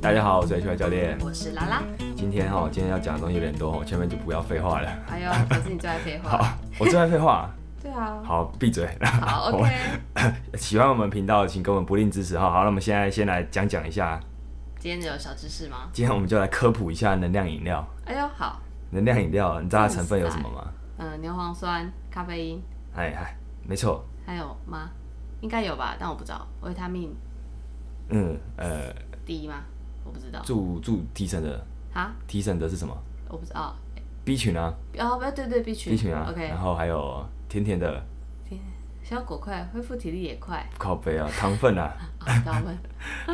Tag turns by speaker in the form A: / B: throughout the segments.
A: 大家好，我是 HY 教练。
B: 我是拉拉。
A: 今天哈、哦，今天要讲的东西有点多哦，前面就不要废话了。
B: 哎呦，可是你最爱废
A: 好
B: 话。，
A: 我最爱废话。
B: 对 啊。
A: 好，闭嘴。
B: 好，OK。
A: 喜欢我们频道的，请给我们不吝支持哈。好，那我们现在先来讲讲一下，
B: 今天有小知识吗？
A: 今天我们就来科普一下能量饮料。
B: 哎呦，好。
A: 能量饮料，你知道它成分有什么吗？
B: 嗯、牛磺酸、咖啡因，
A: 哎哎，没错，
B: 还有吗？应该有吧，但我不知道。维他命
A: 嗯呃，
B: D 吗？我不知道。
A: 助助提神的，
B: 啊，
A: 提神的是什么
B: 我不知道。
A: ？B 群啊
B: 哦，不对对，B 群。
A: ，B 群啊
B: OK
A: 然。后还有甜甜的
B: 天啊，小果快，恢复体力也快。
A: 靠背啊，糖分啊。
B: 啊，高 温。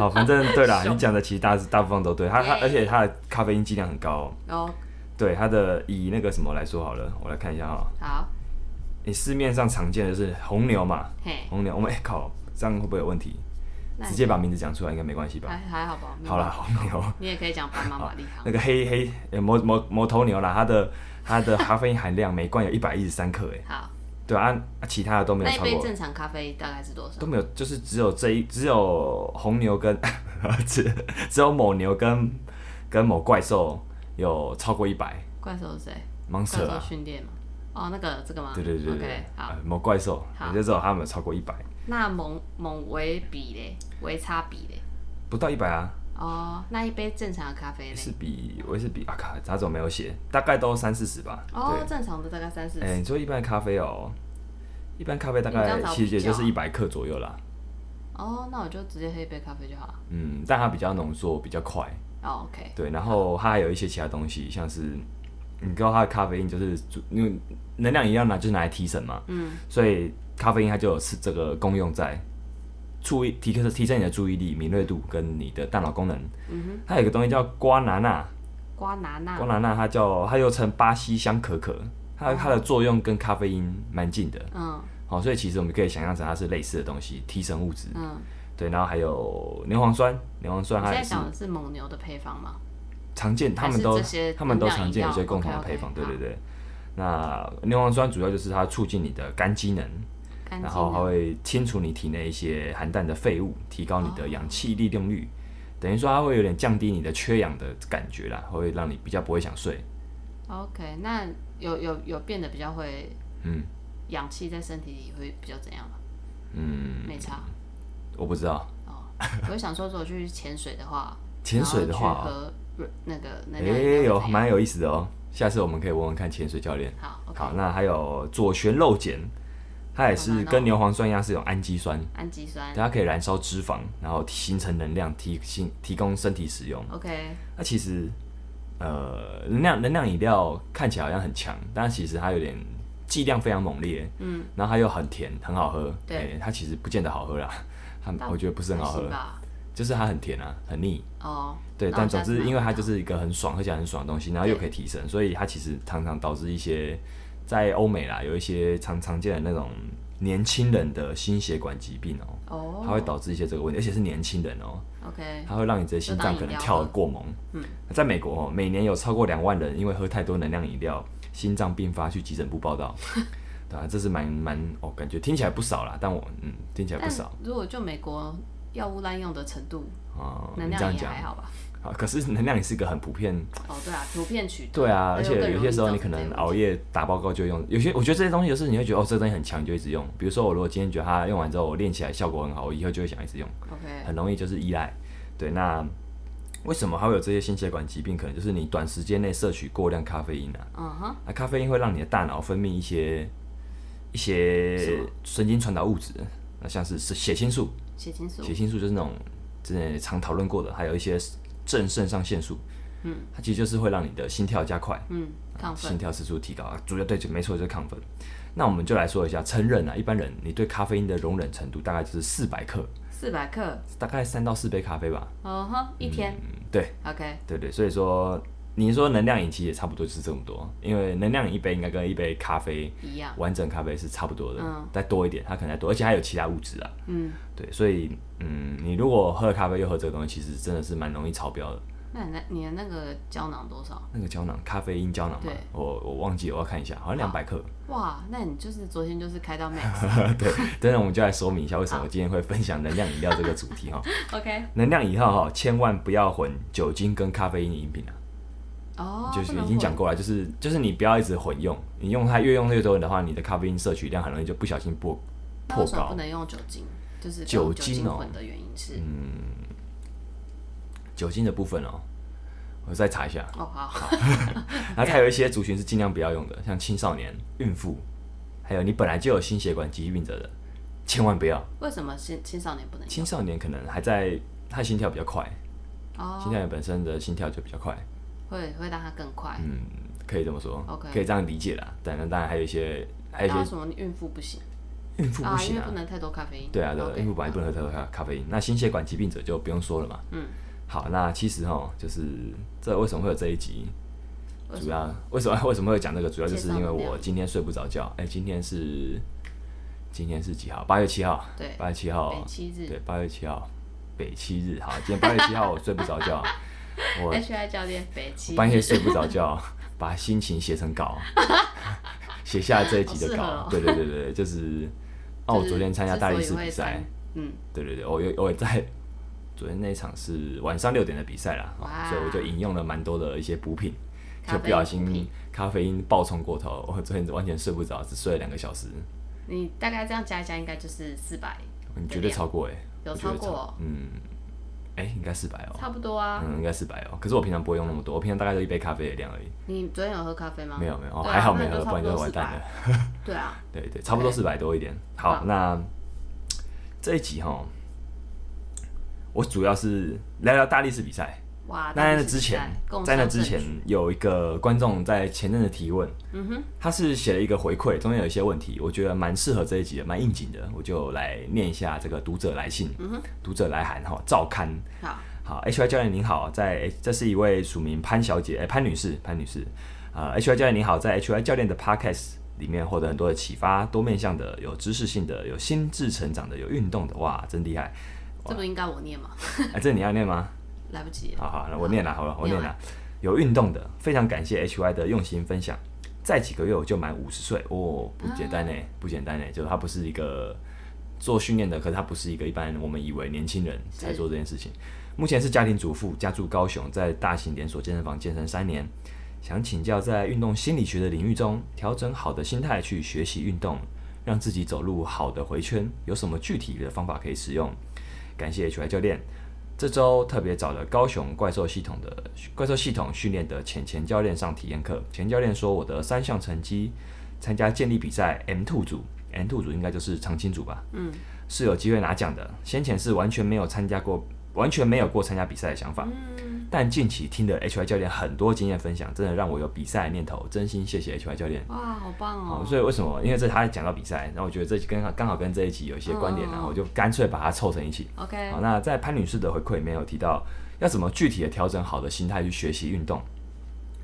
A: 好，反正对啦，
B: 凶
A: 你讲的其实大大部分都对，它它
B: Yay
A: 而且它的咖啡因剂量很高哦、
B: 哦，
A: 对它的以那个什么来说好了，我来看一下哈、
B: 好。
A: 你市面上常见的是红牛嘛，
B: 嘿。
A: 红牛，我们、哎靠，这样会不会有问题？
B: 那你
A: 直接把名字讲出来应该没关系吧？
B: 还还好吧？没有
A: 好啦，。红牛，
B: 你也可以讲斑马马利康
A: 那。个黑黑呃摩摩摩头牛啦，它的它的咖啡因含量每罐有一百一十三克，哎，
B: 好，
A: 对啊，啊其他的都没有
B: 那一
A: 超
B: 杯
A: 过，
B: 正常咖啡大概是多少
A: 都？没有，就是只有这一只有红牛跟 只只有某牛跟跟某怪兽有超过一百
B: 怪兽是谁？
A: ，monster
B: 怪
A: 啊
B: 兽，训练嘛。哦，那个这个吗？
A: 对对对对
B: OK，好
A: 呃。某怪兽，
B: 好
A: 你就知道他们有超过一百，
B: 那蒙蒙维比嘞，维差比嘞。
A: 不到一百啊，
B: 哦，那一杯正常的咖啡嘞？
A: 是比我也是比啊卡，他怎么没有写？大概都三四十吧。
B: 哦，正常的大概三四
A: 对，哎、
B: 十。
A: 你说一般的咖啡哦，一般咖啡大
B: 你这
A: 概
B: 样才有
A: 其实也
B: 比较
A: 就
B: 啊
A: 是一百克左右啦。
B: 哦，那我就直接喝一杯咖啡就好了。
A: 嗯，但它比较浓缩，比较快。
B: 哦，OK，
A: 对，然后它还有一些其他东西，像是你知道它的咖啡因就是主因为能量一样拿就是拿来提神嘛，
B: 嗯，
A: 所以咖啡因它就有是这个功用在。注意提提升你的注意力、敏锐度跟你的大脑功能。
B: 嗯
A: 它有一个东西叫瓜拿纳，
B: 哼，瓜拿那
A: 瓜，拿纳它叫它又称巴西香可可，
B: 哦
A: 它它的作用跟咖啡因蛮近的，
B: 嗯
A: 好、所以其实我们可以想象成它是类似的东西，提神物质。
B: 嗯，
A: 对，然后还有牛磺酸，牛磺酸
B: 你
A: 它
B: 现在
A: 也是
B: 讲的是蒙牛的配方吗？
A: 常见，他
B: 还
A: 们
B: 是
A: 都
B: 这些
A: 他们都
B: 能量
A: 常
B: 饮
A: 见有一
B: 料哦
A: 些共同的
B: ？OK，OK，
A: 配方，对
B: 好
A: 对对。那牛磺酸主要就是它促进你的肝机能，然
B: 干净
A: 后还
B: 的。
A: 会清除你体内一些含氮的废物，提高
B: 哦
A: 你的氧气利用率，等于说它会有点降低你的缺氧的感觉啦，会让你比较不会想睡。
B: OK，那有有有变得比较会，
A: 嗯，
B: 氧气在身体里会比较怎样吗？
A: 嗯，
B: 没差。
A: 我不知道
B: 哦，我就想说，如果去潜水的话，
A: 潜水的
B: 然
A: 话、
B: 后
A: 哦，
B: 去喝那个啊能
A: 哎、
B: 量饮料会
A: 有
B: 怎样
A: 蛮有意思的哦，下次我们可以问问看潜水教练。
B: 好，OK，
A: 好，那还有左旋肉碱，它也
B: 好
A: 是
B: 难哦
A: 跟牛磺酸一样是一种氨基酸。
B: 氨基酸
A: 它可以燃烧脂肪，然后形成能量，提提提供身体使用。
B: ，OK，
A: 那其实，呃，能量能量饮料看起来好像很强，但其实它有点剂量非常猛烈，
B: 嗯，
A: 然后它又很甜，很好喝。
B: 对
A: 哎它其实不见得好喝啦，它
B: 但
A: 我觉得不是很好
B: 还
A: 喝
B: 行，吧？
A: 就是它很甜啊，很腻。
B: 哦，
A: 对，
B: 那
A: 但
B: 我
A: 总
B: 下次
A: 之，
B: 买
A: 因为它
B: 回
A: 就
B: 来
A: 是一个很爽，喝起来很爽的东西，然后又可以提神，所以它其实常常导致一些在欧美啦，有一些常常见的那种年轻人的心血管疾病哦、
B: 哦，
A: 它会导致一些这个问题，而且是年轻人哦，
B: OK，
A: 它会让你这心脏可能跳得过猛。
B: 嗯，
A: 在美国哦，每年有超过两万人因为喝太多能量饮料，心脏病发去急诊部报 道。对啊，这是蛮蛮哦，感觉听起来不少啦，但我嗯听起来不
B: 但
A: 少
B: 如果就美国药物滥用的程度，
A: 啊、
B: 能
A: 你这样
B: 量也
A: 讲
B: 还好吧？
A: 啊，可是能量也是一个很普遍。
B: 哦，对啊，图片取代
A: 对啊，而
B: 那就
A: 且
B: 更
A: 有
B: 容
A: 些
B: 易
A: 时候
B: 造
A: 你
B: 成
A: 可
B: 这
A: 能
B: 个
A: 熬夜打报告就用，有些我觉得这些东西就是你会觉得哦，这个东西很强，你就一直用。比如说我如果今天觉得它用完之后我练起来效果很好，我以后就会想一直用。
B: OK，
A: 很容易就是依赖。对，那为什么还会有这些心血管疾病？可能就是你短时间内摄取过量咖啡因啊。
B: 嗯哼，
A: 那咖啡因会让你的大脑分泌一些一
B: 什
A: 些
B: 么
A: 神经传导物质，那像是是血清素，
B: 血清素
A: 血清素就是那种之前也常讨论过的，还有一些正肾上腺素。
B: 嗯，
A: 它其实就是会让你的心跳加快，
B: 嗯，亢
A: 心
B: 奋，
A: 跳次数提高，啊主要对，没错，就是亢奋。那我们就来说一下成人啊，一般人你对咖啡因的容忍程度大概就是四百克，
B: 四百克，
A: 大概三到四杯咖啡吧。
B: 哦哼，一天
A: 嗯，对，
B: ，OK，
A: 对对，所以说你说能量饮其实也差不多就是这么多，因为能量饮一杯应该跟一杯咖啡
B: 一样，
A: 完整咖啡是差不多的，
B: 嗯
A: 再多一点，它可能再多，而且还有其他物质啊。
B: 嗯，
A: 对，所以嗯，你如果喝了咖啡又喝这个东西，其实真的是蛮容易超标的。
B: 那你那你的那个胶囊多少？
A: 那个胶囊，咖啡因胶囊嘛
B: 对，
A: 我我忘记了，我要看一下，好像两百克。
B: 哇，那你就是昨天就是开到 max，OK？、
A: 对，等等我们就来说明一下为什么我今天会分享能量饮料这个主题哈。
B: OK
A: 能量饮料哈，千万不要混酒精跟咖啡因饮品啊，
B: 哦，
A: 就是
B: 不能
A: 已经讲
B: 混
A: 过了，就是就是你不要一直混用，你用它越用越多的话，你的咖啡因摄取量很容易就不小心破
B: 那
A: 破
B: 为什么
A: 高
B: 不。能用酒精，就是
A: 酒
B: 用
A: 精哦
B: 混的原因是、
A: 酒精的部分哦，我再查一下。
B: 哦好，
A: 然后它有一些族群是尽量不要用
B: 嗯
A: 的，像青少年、孕妇，还有你本来就有心血管疾病者的，千万不要。
B: 为什么青青少年不能用？
A: 青少年可能还在，他心跳比较快，
B: 哦，
A: 青少年本身的心跳就比较快，
B: 会会让它更快。
A: 嗯，可以这么说
B: OK
A: 可以这样理解啦。当然，当然还有一些，还有
B: 那为
A: 一些
B: 什么孕妇不行
A: 孕妇不
B: 因
A: 行
B: 为
A: 啊
B: 不，能太多咖啡因。
A: 对啊，对啊
B: OK，
A: 孕妇本来不能喝咖咖啡因，那心血管疾病者就不用说了嘛。
B: 嗯，
A: 好，那其实哈，就是这为什么会有这一集？
B: 为什
A: 主要为什么 为什么会讲这个？主要就是因
B: 介
A: 为
B: 绍能量
A: 我今天睡不着觉。哎、今天是今天是几号？八月七号。
B: 对
A: 八月七号
B: 北。七日
A: 哦对，八月七号，北七日。好，今天八月七号我睡不着觉，我
B: HI 教练北七
A: 我半夜睡不着觉，把心情写成稿， 写下这一集的稿。
B: 好适合哦
A: 对对对对， 就是哦，我昨天参加大力士比，
B: 就是之所以
A: 赛
B: 会参，嗯，
A: 对对对，我有我也在。昨天那一场是晚上六点的比赛啦，哦
B: 哇
A: 所以我就饮用了蛮多的一些补品，
B: 咖
A: 就
B: 啡
A: 不小
B: 因补
A: 心
B: 品
A: 咖啡因暴冲过头，我昨天完全睡不着，只睡了两个小时，
B: 你大概这样加一加，应该就是四百，
A: 你绝对超过哎、
B: 有
A: 我觉得
B: 超过哦
A: 嗯，哎、应该四百哦，
B: 差不多啊。
A: 嗯，应该四百哦。可是我平常不会用那么多，我平常大概就一杯咖啡的量而已，
B: 你昨天有喝咖啡吗？
A: 没有没有，哦，
B: 对啊
A: 还好
B: 那
A: 没
B: 就
A: 喝，
B: 差
A: 不然就
B: 多
A: 完
B: 400
A: 蛋了。
B: 对啊，
A: 对对，差不多四百多一点。好
B: 好，
A: 那这一集哈，我主要是聊聊大力士比赛。
B: 哇！
A: 那在那
B: 力士
A: 之
B: 比
A: 前
B: 赛，共
A: 在那
B: 襄
A: 之
B: 盛
A: 前
B: 举
A: 有一个观众在前阵的提问，
B: 嗯哼，
A: 他是写了一个回馈，中间有一些问题，我觉得蛮适合这一集的，蛮应景的，我就来念一下这个读者来信，
B: 嗯
A: 读者来函哈，照刊。
B: 好，
A: 好，H Y 教练您好，在这是一位署名潘小姐，哎、潘女士，潘女士，啊、h Y 教练您好，在 H Y 教练的 Podcast 里面获得很多的启发，多面向的，有知识性的，有心智成长的，有运动的，哇，真厉害！
B: 这不应该我念吗？
A: 哎、这你要念吗？
B: 来不及了，
A: 好好，那我念了，好了，我
B: 念
A: 念
B: 完
A: 了。有运动的，非常感谢 HY 的用心分享。再几个月我就满五十岁哦，不简单
B: 啊
A: 呢，不简单呢。就是他不是一个做训练的，可是他不是一个一般我们以为年轻人才做这件事情。目前是家庭主妇，家住高雄，在大型连锁健身房健身三年。想请教，在运动心理学的领域中，调整好的心态去学习运动，让自己走入好的回圈，有什么具体的方法可以使用？感谢 HY 教练。这周特别找了高雄怪兽系统的怪兽系统训练的浅浅教练上体验课。浅教练说，我的三项成绩参加建立比赛 M two 组，M two 组应该就是长青组吧？
B: 嗯，
A: 是有机会拿奖的。先前是完全没有参加过，完全没有过参加比赛的想法。
B: 嗯，
A: 但近期听了 HY 教练很多经验分享，真的让我有比赛的念头。真心谢谢 HY 教练。
B: 哇，好棒
A: 好，
B: 哦！
A: 所以为什么？因为这他讲到比赛，然后我觉得这跟刚好跟这一集有一些关联啊，
B: 嗯嗯嗯
A: 我就干脆把它凑成一起。
B: OK，
A: 好，那在潘女士的回馈里面有提到，要怎么具体的调整好的心态去学习运动。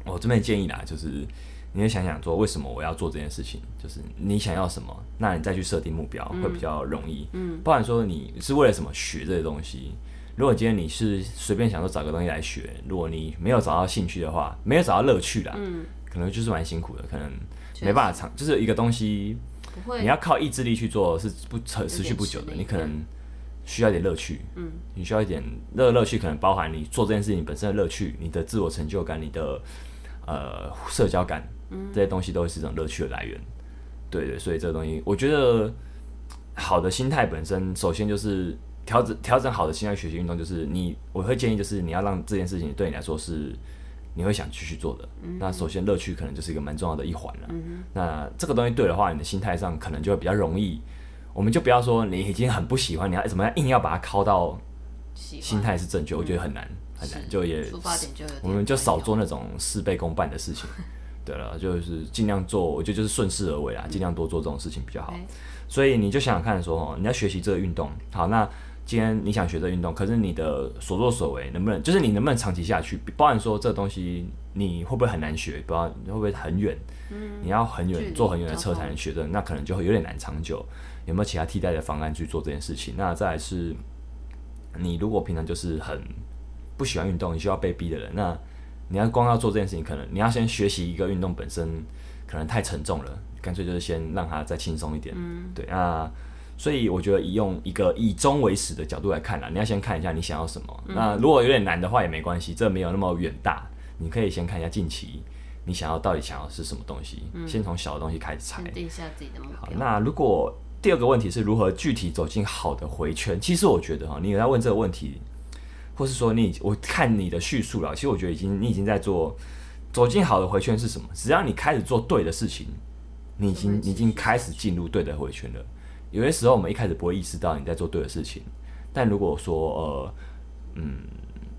A: 我这边建议啦，就是你也想想说，为什么我要做这件事情？就是你想要什么，那你再去设定目标会比较容易。
B: 嗯，
A: 不然说你是为了什么学这些东西？如果今天你是随便想说找个东西来学，如果你没有找到兴趣的话，没有找到乐趣啦，
B: 嗯，
A: 可能就是蛮辛苦的，可能
B: 确
A: 没办法长，就是一个东西
B: 不会
A: 你要靠意志力去做是不持持续不久的，
B: 有点吃力
A: 你可能需要一点乐趣，
B: 嗯，
A: 你需要一点乐乐趣，可能包含你做这件事情本身的乐趣，你的自我成就感，你的呃社交感，
B: 嗯
A: 这些东西都是一种乐趣的来源。对对，所以这个东西，我觉得好的心态本身，首先就是调整调整好的心态学习运动，就是你我会建议就是你要让这件事情对你来说是你会想继续做的。
B: 嗯
A: 那首先乐趣可能就是一个蛮重要的一环了。那这个东西对的话，你的心态上可能就会比较容易。我们就不要说你已经很不喜欢，你要怎么样硬要把它靠到
B: 喜
A: 心
B: 欢
A: 态是正确，我觉得很难很难，
B: 嗯是
A: 就也
B: 出发点就有点
A: 我们就少
B: 不一样
A: 做那种事倍功半的事 情。对了，就是尽量做，我觉得就是顺势而为啦，尽量多做这种事情比较好。
B: 哎
A: 所以你就想想看说，哦，你要学习这个运动，好，那今天你想学这个运动，可是你的所作所为能不能，就是你能不能长期下去？包含说这个东西你会不会很难学，不知道你会不会很远，你要很
B: 嗯距离
A: 远坐很远的
B: 交
A: 车才
B: 通
A: 能学的，那可能就会有点难长久。有没有其他替代的方案去做这件事情？那再来是，你如果平常就是很不喜欢运动，你需要被逼的人，那你要光要做这件事情，可能你要先学习一个运动本身可能太沉重了，干脆就是先让它再轻松一点。嗯，对那所以我觉得以用一个以终为始的角度来看啦，你要先看一下你想要什么。那如果有点难的话也没关系，这没有那么远大，你可以先看一下近期你想要到底想要是什么东西，先从小的东西开始拆。
B: 先定下自己的目
A: 哎好，
B: 标。
A: 那如果第二个问题是如何具体走进好的回圈，其实我觉得哈，你有在问这个问题，或是说你已我看你的叙述了，其实我觉得已经你已经在做走进好的回圈是什么？只要你开始做对的事情，你已经你已经开始进入对的回圈了。有些时候我们一开始不会意识到你在做对的事情，但如果说呃嗯，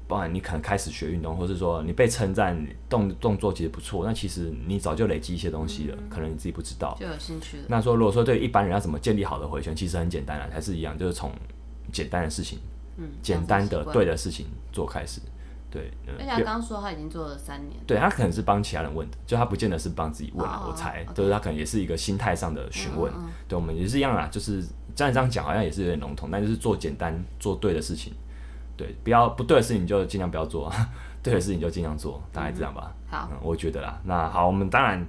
A: 包含你可能开始学运动，或是说你被称赞动动作其实不错，那其实你早就累积一些东西了，可能你自己不知道。
B: 就有兴趣了。
A: 那说如果说对一般人要怎么建立好的回圈，其实很简单啊，还是一样，就是从简单的事情、
B: 嗯，
A: 简单的
B: 养成习惯
A: 对。的事情做开始。对，
B: 而且
A: 嗯，
B: 他
A: 别
B: 刚刚说他已经做了三年，
A: 对他可能是帮其他人问的，就他不见得是帮自己问啊，
B: 哦
A: 我猜，
B: OK
A: 就是他可能也是一个心态上的询问。
B: 嗯嗯
A: 对，我们也是一样啦，就是这样这样讲好像也是有点笼统，但就是做简单做对的事情，对，不要不对的事情就尽量不要做， 对的事情就尽量做，大概这样吧。
B: 嗯好，
A: 嗯，我觉得啦。那好，我们当然，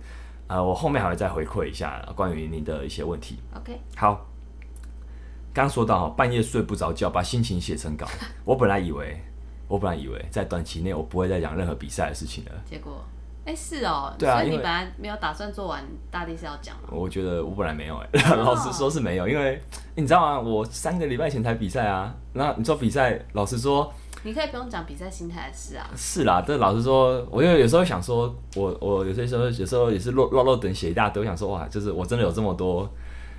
A: 呃，我后面还会再回馈一下关于你的一些问题。
B: 嗯，OK，
A: 好，刚说到哦半夜睡不着觉，把心情写成稿。我本来以为，我本来以为在短期内我不会再讲任何比赛的事情了。
B: 结果，哎，是哦，
A: 对啊
B: 所以你
A: 因为
B: 本来没有打算做完大力士要讲吗？
A: 我觉得我本来没有哎、
B: 哦
A: 老实说是没有，因为你知道吗、我三个礼拜前才比赛啊。那你说比赛，老实说
B: 你可以不用讲比赛心态的事啊，
A: 是啦，但老实说，我有有时候想说，我我有些时候有时候也是落落落等写一大堆，我想说哇，就是我真的有这么多，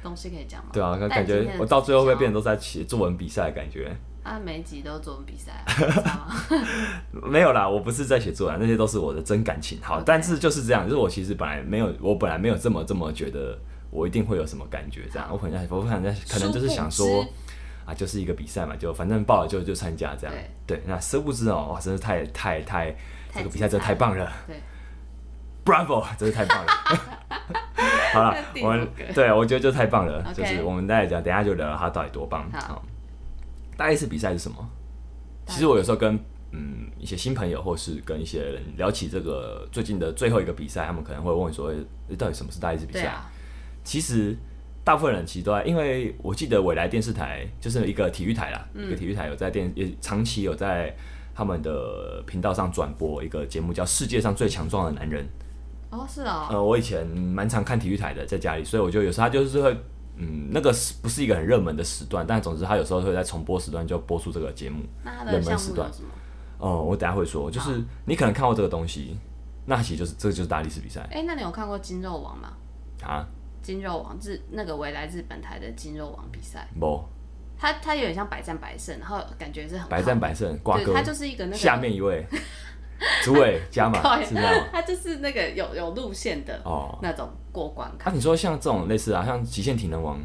B: 东西可以讲吗？
A: 对啊，
B: 但
A: 感
B: 今
A: 觉
B: 天的
A: 我到最后会
B: 主
A: 变成都在写作文比赛的感觉。
B: 啊，每一集都做比 赛、啊，知道吗
A: 没有啦，我不是在写作文，那些都是我的真感情。好
B: OK
A: 但是就是这样，就是我其实本来没有，我本来没有这么这么觉得，我一定会有什么感觉这样。我可能我可能可能就是想
B: 殊
A: 说
B: 不知
A: 啊，就是一个比赛嘛，就反正报了就就参加这样。对，那殊不知哦，哇，真是太太太
B: 太
A: 这个比赛真的
B: 精彩
A: 太棒了
B: 对，
A: ，Bravo，真是太 棒了。好了，
B: 第五
A: 我们
B: 个
A: 对我觉得就太棒了
B: OK
A: 就是我们再讲，等一下就聊聊他到底多棒。
B: 好，
A: 大概是比赛是什么？
B: 大
A: 其实我有时候跟嗯一些新朋友，或是跟一些人聊起这个最近的最后一个比赛，他们可能会问说，诶到底什么是大力士比
B: 对
A: 赛？
B: 啊，
A: 其实大部分人其实都在，因为我记得未来电视台就是一个体育台啦，
B: 嗯
A: 一个体育台有在电也长期有在他们的频道上转播一个节目，叫《世界上最强壮的男人》。
B: 哦是哦，
A: 呃，我以前蛮常看体育台的，在家里，所以我就有时候他就是会，嗯，那个是不是一个很热门的时段，但总之他有时候会在重播时段就播出这个节目。
B: 那他的
A: 冷门
B: 项
A: 时
B: 目
A: 段
B: 有什么？
A: 哦，我等一下会说，就是你可能看过这个东西，那其实就是这个就是大力士比赛
B: 哎、那你有看过金肉王吗？
A: 啊，
B: 金肉王日那个未来日本台的金肉王比赛，
A: 不，
B: 它它有点像百战百胜，然后感觉是很
A: 百
B: 好
A: 战百胜，瓜
B: 对，
A: 哥
B: 它，就是一个那个
A: 下面一 位，主委加
B: 靠
A: 码，
B: 呀
A: 是这样吗？
B: 它就是那个有有路线的
A: 哦，
B: 那种过关卡。
A: 啊，你说像这种类似啊，像极限体能王，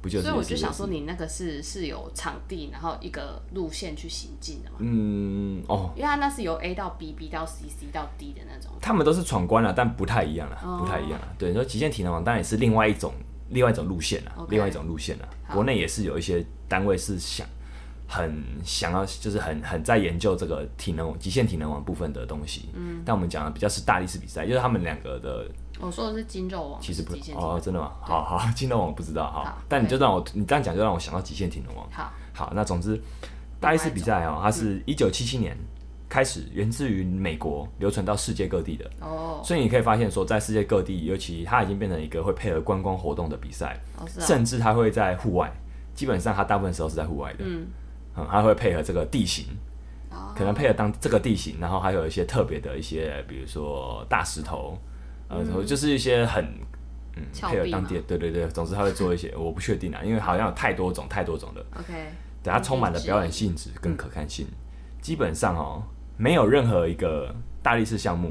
A: 不就是？
B: 所以我就想说，，你那个是是有场地，然后一个路线去行进的嘛？
A: 嗯，哦，
B: 因为它那是由 A 到 B，B 到 C，C 到 D 的那种。
A: 他们都是闯关了，但不太一样了，
B: 哦
A: 不太一样了。对，你说极限体能王当然也是另外一种另外一种路线了，
B: OK
A: 另外一种路线了。啊
B: 好
A: 国内也是有一些单位是想很想要，就是很很在研究这个体能极限体能王部分的东西。嗯，但我们讲的比较是大力士比赛，就是他们两个的
B: 我说的是金肉王，
A: 其实不
B: 极限体能
A: 哦，真的吗？好好，金能王我不知道哈
B: 好，
A: 但你就
B: 对
A: 让我你这样讲就让我想到极限体能王。
B: 好，
A: 好，那总之，大力士比赛哦，它
B: 嗯
A: 是一九七七年开始，源自于美国，流传到世界各地的。
B: 哦，
A: 所以你可以发现说，在世界各地，尤其它已经变成一个会配合观光活动的比赛，
B: 哦是啊，
A: 甚至它会在户外，基本上它大部分时候是在户外的，
B: 嗯，
A: 嗯，它会配合这个地形，
B: 哦
A: 可能配合当这个地形，然后还有一些特别的一些，比如说大石头，呃，就是一些很。嗯，
B: 峭壁
A: 配合当地的，对对对，总之它会做一些，我不确定啊，因为好像有太多种太多种了，
B: OK，
A: 对它充满了表演性质跟可看性。基本上哦，没有任何一个大力士项目，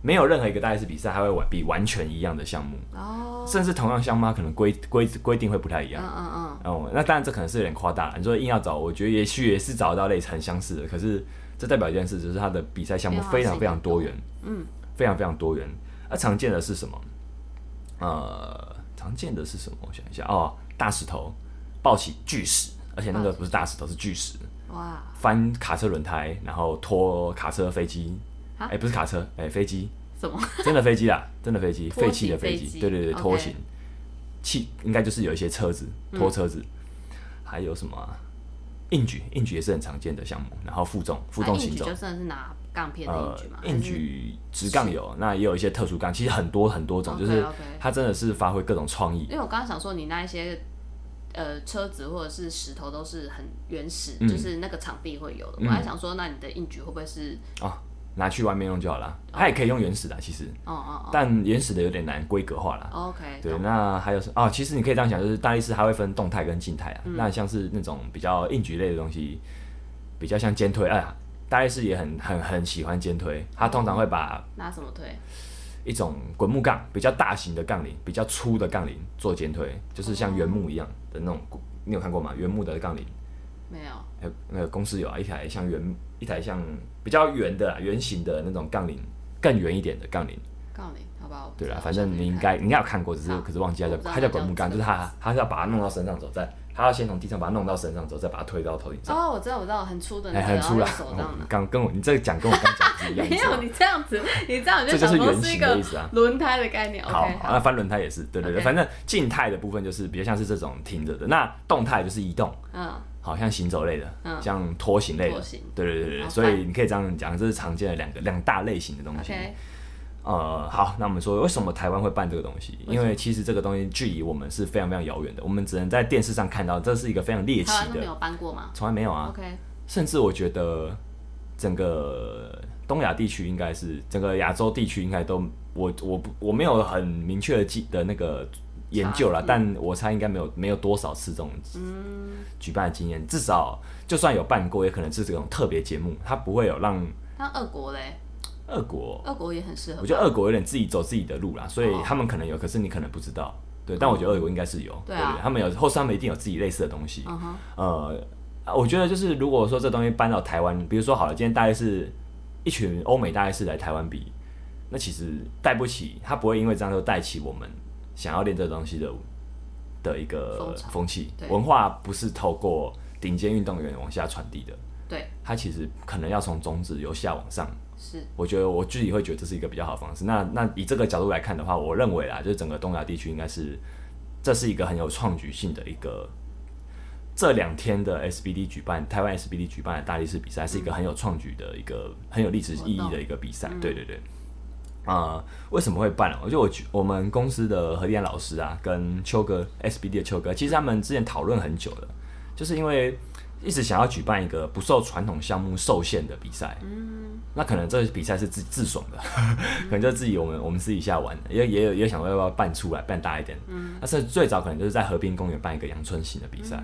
A: 没有任何一个大力士比赛，它会完比完全一样的项目，
B: 哦，
A: 甚至同样项目，它可能规规规定会不太一
B: 嗯
A: 样。
B: 嗯嗯，
A: 哦、那当然这可能是有点夸大了。你说硬要找，我觉得也许也是找得到类似很相似的，可是这代表一件事，就是它的比赛项目非常非常多元，
B: 嗯，
A: 非常非常多元。那、常见的是什么？呃，常见的是什么？我想一下哦，大石头抱起巨石，而且那个不是大石头，是巨石。
B: 嗯哇，
A: 翻卡车轮胎，然后拖卡车飞机，哎、
B: 啊
A: 不是卡车，哎、飞机，
B: 什么？
A: 真的飞机啦，真的飞机，
B: 拖
A: 废
B: 行
A: 弃的飞
B: 飞
A: 机，
B: 机
A: 对对对，
B: OK
A: 拖行，汽应该就是有一些车子
B: 嗯
A: 拖车子，还有什么、啊？硬举，硬举也是很常见的项目，然后负重，负
B: 啊
A: 重
B: 硬
A: 行
B: 举
A: 走
B: 就，真的是拿杠片的硬
A: 呃
B: 举嘛，，
A: 硬举直杠有，那也有一些特殊杠，其实很多很多种，就是
B: 哦 OK，OK
A: 它真的是发挥各种创意
B: 因，为我刚刚想说，你那一些呃车子或者是石头都是很原始，
A: 嗯
B: 就是那个场地会有的。我还想说，那你的硬举会不会是？
A: 拿去外面用就好啦。它也可以用原始的啊，其实，
B: 哦哦
A: 但原始的有点难规格化啦。
B: 哦，OK，
A: 对，
B: 懂
A: 那还有什啊、其实你可以这样想，就是大力士它会分动态跟静态啊。那像是那种比较硬举类的东西，比较像肩推，哎、呀，大力士也很很很喜欢肩推，他通常会把
B: 拿什么推？
A: 一种滚木杠，比较大型的杠铃，比较粗的杠铃做肩推，就是像原木一样的那种，你有看过吗？原木的杠铃，
B: 没有，
A: 还有那个公司有啊，一台像圆，一台像比较圆的啊圆形的那种杠铃，更圆一点的杠铃。
B: 告诉你，好不好？我不
A: 对啦，
B: 知道
A: 反正你应。
B: 我想去看
A: 该你应该有看过，只是
B: 好
A: 可是忘记它叫
B: 我不知道
A: 它叫
B: 它叫
A: 滚木杆，
B: 什
A: 就
B: 么
A: 是它它是要把它弄到身上走，再它要先从地上把它弄到身上走，再把它推到头顶上，
B: 哦，我知道，我知道，很粗的那
A: 哎，很
B: 个，
A: 粗啦
B: 然后用手这样拿。
A: 嗯刚跟我你这个讲跟我刚讲的是一样
B: 没
A: 意思
B: 有，
A: 啊，
B: 你这样子，你这样你
A: 这就
B: 想
A: 是
B: 说
A: 圆
B: 是一
A: 形
B: 个
A: 的意思啊。
B: 轮胎的概念。
A: 好，
B: OK，
A: 好那翻轮胎也是，对对对，
B: OK
A: 反正静态的部分就是比较像是这种停着的，那动态就是移动，
B: 嗯，
A: 好像行走类的，
B: 嗯
A: 像拖行类的
B: 拖行，
A: 对对对对，
B: 好
A: 所以你可以这样讲，这是常见的两个两大类型的东西。
B: OK，
A: 呃，好，那我们说为什么台湾会办这个东西？
B: 为什
A: 因
B: 么
A: 为其实这个东西距离我们是非常非常遥远的，我们只能在电视上看到，这是一个非常猎奇
B: 台湾都没
A: 的，
B: 啊有搬过吗
A: 从来没有啊。
B: ？OK，
A: 甚至我觉得整个东亚地区应该是整个亚洲地区应该都，我我不我没有很明确的记的那个研究啦，
B: 查嗯
A: 但我猜应该没有没有多少次这种
B: 嗯，
A: 举办的经验，至少就算有办过，也可能是这种特别节目，它不会有让
B: 那俄国嘞，
A: 俄国
B: 俄国也很适合
A: 我。觉得俄国有点自己走自己的路啦，所以
B: 哦
A: 他们可能有，可是你可能不知道。对，但我觉得俄国应该是有，
B: 对啊
A: 对，他们有，或是他们一定有自己类似的东西。
B: 嗯哼，
A: 呃，啊我觉得就是如果说这东西搬到台湾，比如说好了，今天大概是一群欧美大概是来台湾比，那其实带不起，他不会因为这样就带起我们想要练这东西的的一个
B: 风潮
A: 风气。
B: 对
A: 文化不是透过顶尖运动员往下传递的，
B: 对，
A: 它其实可能要从种子由下往上。
B: 是
A: 我觉得我自己会觉得这是一个比较好的方式。那那以这个角度来看的话，我认为啦，就是整个东亚地区应该是这是一个很有创举性的一个。这两天的 SBD 举办，台湾 SBD 举办的大力士比赛是一个很有创举的一个、很有历史意义的一个比赛。对对对。啊、为什么会办呢？我就我觉我们公司的何立安老师啊，跟秋哥 SBD 的秋哥，其实他们之前讨论很久了，就是因为一直想要举办一个不受传统项目受限的比赛。那可能这个比赛是自自爽的， 可能就自己我们我们私底下玩的，也也有也有想过要不要办出来，办大一点。嗯，但是最早可能就是在河滨公园办一个阳春型的比赛，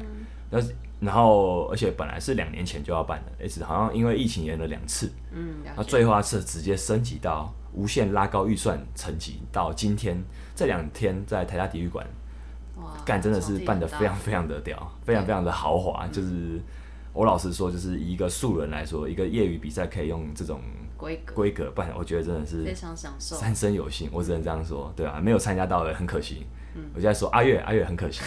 A: 然后然后而且本来是两年前就要办的，而且好像因为疫情延了两次，
B: 嗯，了
A: 那
B: 解。
A: 啊最后它是直接升级到无限拉高预算层级，到今天这两天在台大体育馆
B: 哇，
A: 干真的是
B: 冲击
A: 办得
B: 很大
A: 非常非常的屌，非常非常的豪华。就是我老实说，就是以一个素人来说，一个业余比赛可以用这种
B: 规格，
A: 规格办，我觉得真的
B: 非
A: 是
B: 常享受。嗯
A: 三生有幸，我只能这样说，对啊，没有参加到的很可惜。我就在说阿月，阿月很 可惜，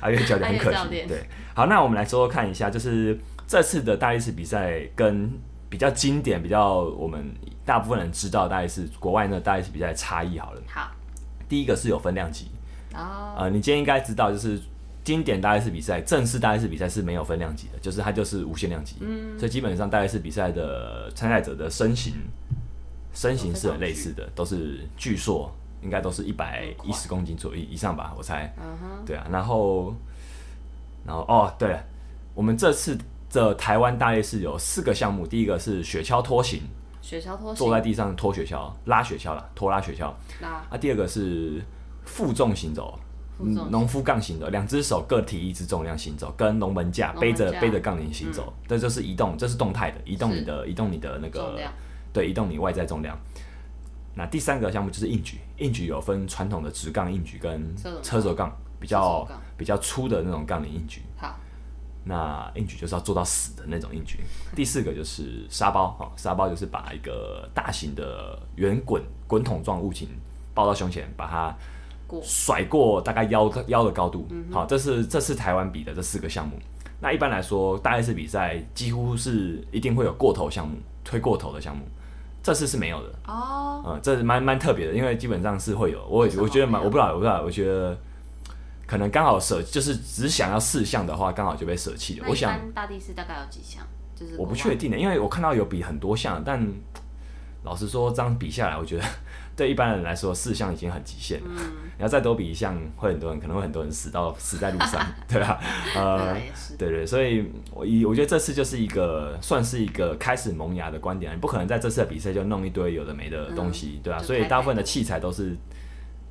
A: 阿月教练很可
B: 阿月教
A: 惜。
B: 练
A: 对，好，那我们来说说看一下，就是这次的大力士比赛跟比较经典、比较我们大部分人知道的大力士国外那大力士比赛的差异好了。
B: 好，
A: 第一个是有分量级，
B: 然后
A: 呃，你今天应该知道，就是经典大力士比赛、正式大力士比赛是没有分量级的，就是它就是无限量级，
B: 嗯
A: 所以基本上大力士比赛的参赛者的身形，身形是很类似的，都是巨硕，应该都是一百一十公斤左右以上吧，我猜。
B: 嗯哼，
A: 对啊，然后，然后哦，对了，我们这次的台湾大力士有四个项目，第一个是雪橇拖行，
B: 雪橇拖
A: 坐在
B: 行
A: 地上拖雪橇，拉雪橇啦，拖拉雪橇。
B: 拉
A: 啊，第二个是负重行走，
B: 负重
A: 嗯农夫杠行走，两只手各提一只重量行走，跟龙门架
B: 龙门
A: 背着
B: 架嗯
A: 背着杠铃行走，这就是移动，这是动态的，移动你的移动你的那
B: 重
A: 个
B: 量，
A: 对，移动你外在重量。那第三个项目就是硬举，硬举有分传统的直杠硬举跟
B: 车手杠
A: 车手杠，比
B: 车手
A: 较
B: 杠
A: 比较粗的那种杠铃硬举。
B: 好，
A: 那硬举就是要做到死的那种硬举。第四个就是沙包，哈、哦，沙包就是把一个大型的圆滚滚筒状物体抱到胸前，把它
B: 过
A: 甩过大概腰的腰的高度。好、这是这是台湾比的这四个项目。那一般来说，大力士比赛几乎是一定会有过头项目，推过头的项目，这次是没有的。
B: 哦，
A: 嗯，这是蛮蛮特别的，因为基本上是会有，我
B: 为什么
A: 我觉得蛮，
B: 啊没有
A: 我不知道，我不知道，我觉得可能刚好舍，就是只想要四项的话，刚好就被舍弃了。
B: 那
A: 我
B: 一
A: 想
B: 般大地是大概有几项？就是
A: 我不
B: 忘
A: 确定的，因为我看到有比很多项，但老实说，这样比下来，我觉得 对一般人来说，四项已经很极限了。
B: 嗯
A: 你要再多比一项，会很多人可能会很多人死到死在路 上，对啊，
B: 对
A: 呃
B: 啊，，也是
A: 对对，所以我以我觉得这次就是一个算是一个开始萌芽的观点，你不可能在这次的比赛就弄一堆有的没的东西，对啊，
B: 嗯就
A: 所
B: 开
A: 以
B: 太
A: 大部分的
B: 多
A: 器材都是，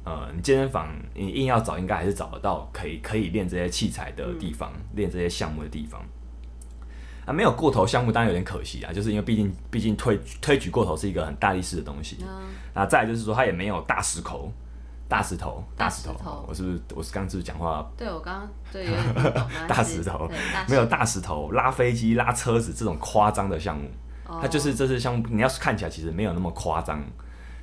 A: 呃，你健身房你硬要找，应该还是找得到可以可以练这些器材的
B: 嗯
A: 地方，练这些项目的地方。啊，没有过头项目当然有点可惜啊，就是因为毕竟毕竟推推举过头是一个很大力士的东西，
B: 嗯，
A: 那再来就是说它也没有大石头、大石头、
B: 大
A: 石
B: 石
A: 头，
B: 头
A: 我是不是我是刚刚是不是讲话，
B: 对我刚刚对有点不懂
A: 大石头
B: 对大石
A: 没有大石头、拉飞机、拉车子这种夸张的项目，
B: 哦
A: 它就是这些项目，你要是看起来其实没有那么夸张，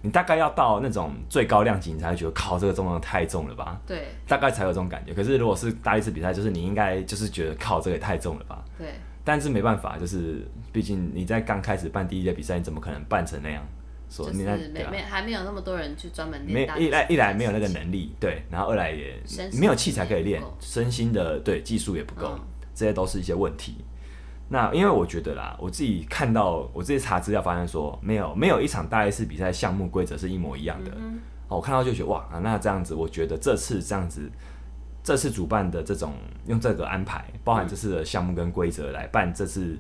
A: 你大概要到那种最高量级，你才会觉得靠这个重量太重了吧，
B: 对
A: 大概才有这种感觉。可是如果是大力士比赛，就是你应该就是觉得靠这个也太重了吧，
B: 对
A: 但是没办法，就是毕竟你在刚开始办第一届比赛，你怎么可能办成那样？说
B: 就是
A: 你那
B: 没
A: 啊
B: 没还没有那么多人去专门
A: 没
B: 练大地
A: 一来一来没有那个
B: 这件事情
A: 能力，对，然后二来也
B: 身手
A: 没有器材可以练
B: 也不够，
A: 身心的对技术也不够，
B: 嗯
A: 这些都是一些问题。那因为我觉得啦，我自己看到我自己查资料发现说，没有没有一场大 S 比赛项目规则是一模一样的。
B: 嗯
A: 哦，我看到就觉得哇，那这样子，我觉得这次这样子，这次主办的这种用这个安排，包
B: 嗯
A: 含这次的项目跟规则来办这次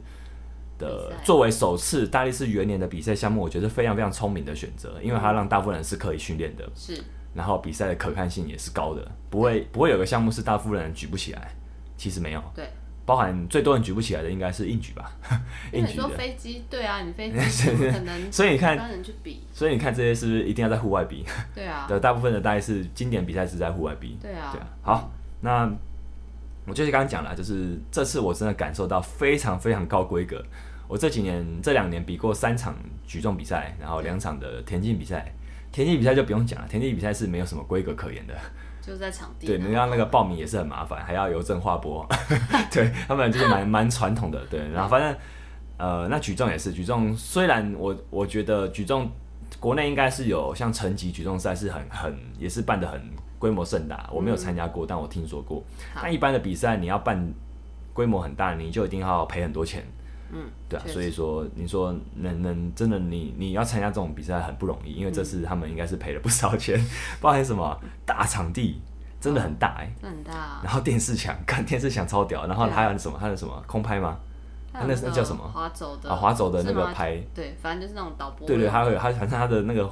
A: 的
B: 比赛
A: 作为首次大力士元年的比赛项目，我觉得是非常非常聪明的选择，因为它让大部分人是可以训练的，
B: 是
A: 然后比赛的可看性也是高的，不会不会有个项目是大部分人举不起来，其实没有，
B: 对，
A: 包含最多人举不起来的应该是硬举吧，
B: 因
A: 硬
B: 为你
A: 举
B: 说
A: 的，
B: 飞机，对啊，你飞 机怎么可能
A: 所以你看，
B: 跟人去比，
A: 所以你看这些是不是一定要在户外比？
B: 对啊，
A: 对，大部分的大概是经典比赛是在户外比，
B: 对啊
A: 对，啊，好，那我就是刚刚讲了，啊就是这次我真的感受到非常非常高规格。我这几年这两年比过三场举重比赛，然后两场的田径比赛。田径比赛就不用讲了，田径比赛是没有什么规格可言的。
B: 就是在场地，啊
A: 对，你要那个报名也是很麻烦，还要邮政划拨。 对他们就是蛮蛮传统的，对。然后反正呃，那举重也是，举重虽然我我觉得举重国内应该是有像成级举重赛是很很也是办的很规模盛大，我没有参加过，但我听说过。
B: 好
A: 那一般的比赛你要办规模很大，你就一定要赔很多钱。
B: 嗯，
A: 对啊，
B: 确实
A: 所以说你说能能真的你你要参加这种比赛很不容易，因为
B: 嗯
A: 这次他们应该是赔了不少钱， 包含什么大场地真的很大哎、
B: 那很大啊，
A: 然后电视墙看电视墙超屌，然后
B: 对啊
A: 还有什么还有什么空拍吗？
B: 还
A: 啊
B: 有
A: 那
B: 个
A: 那叫什么
B: 划走的
A: 啊，划走的那
B: 是
A: 个
B: 吗
A: 拍，
B: 对，反正就是那种导播，
A: 对对，还有还有反正他的那个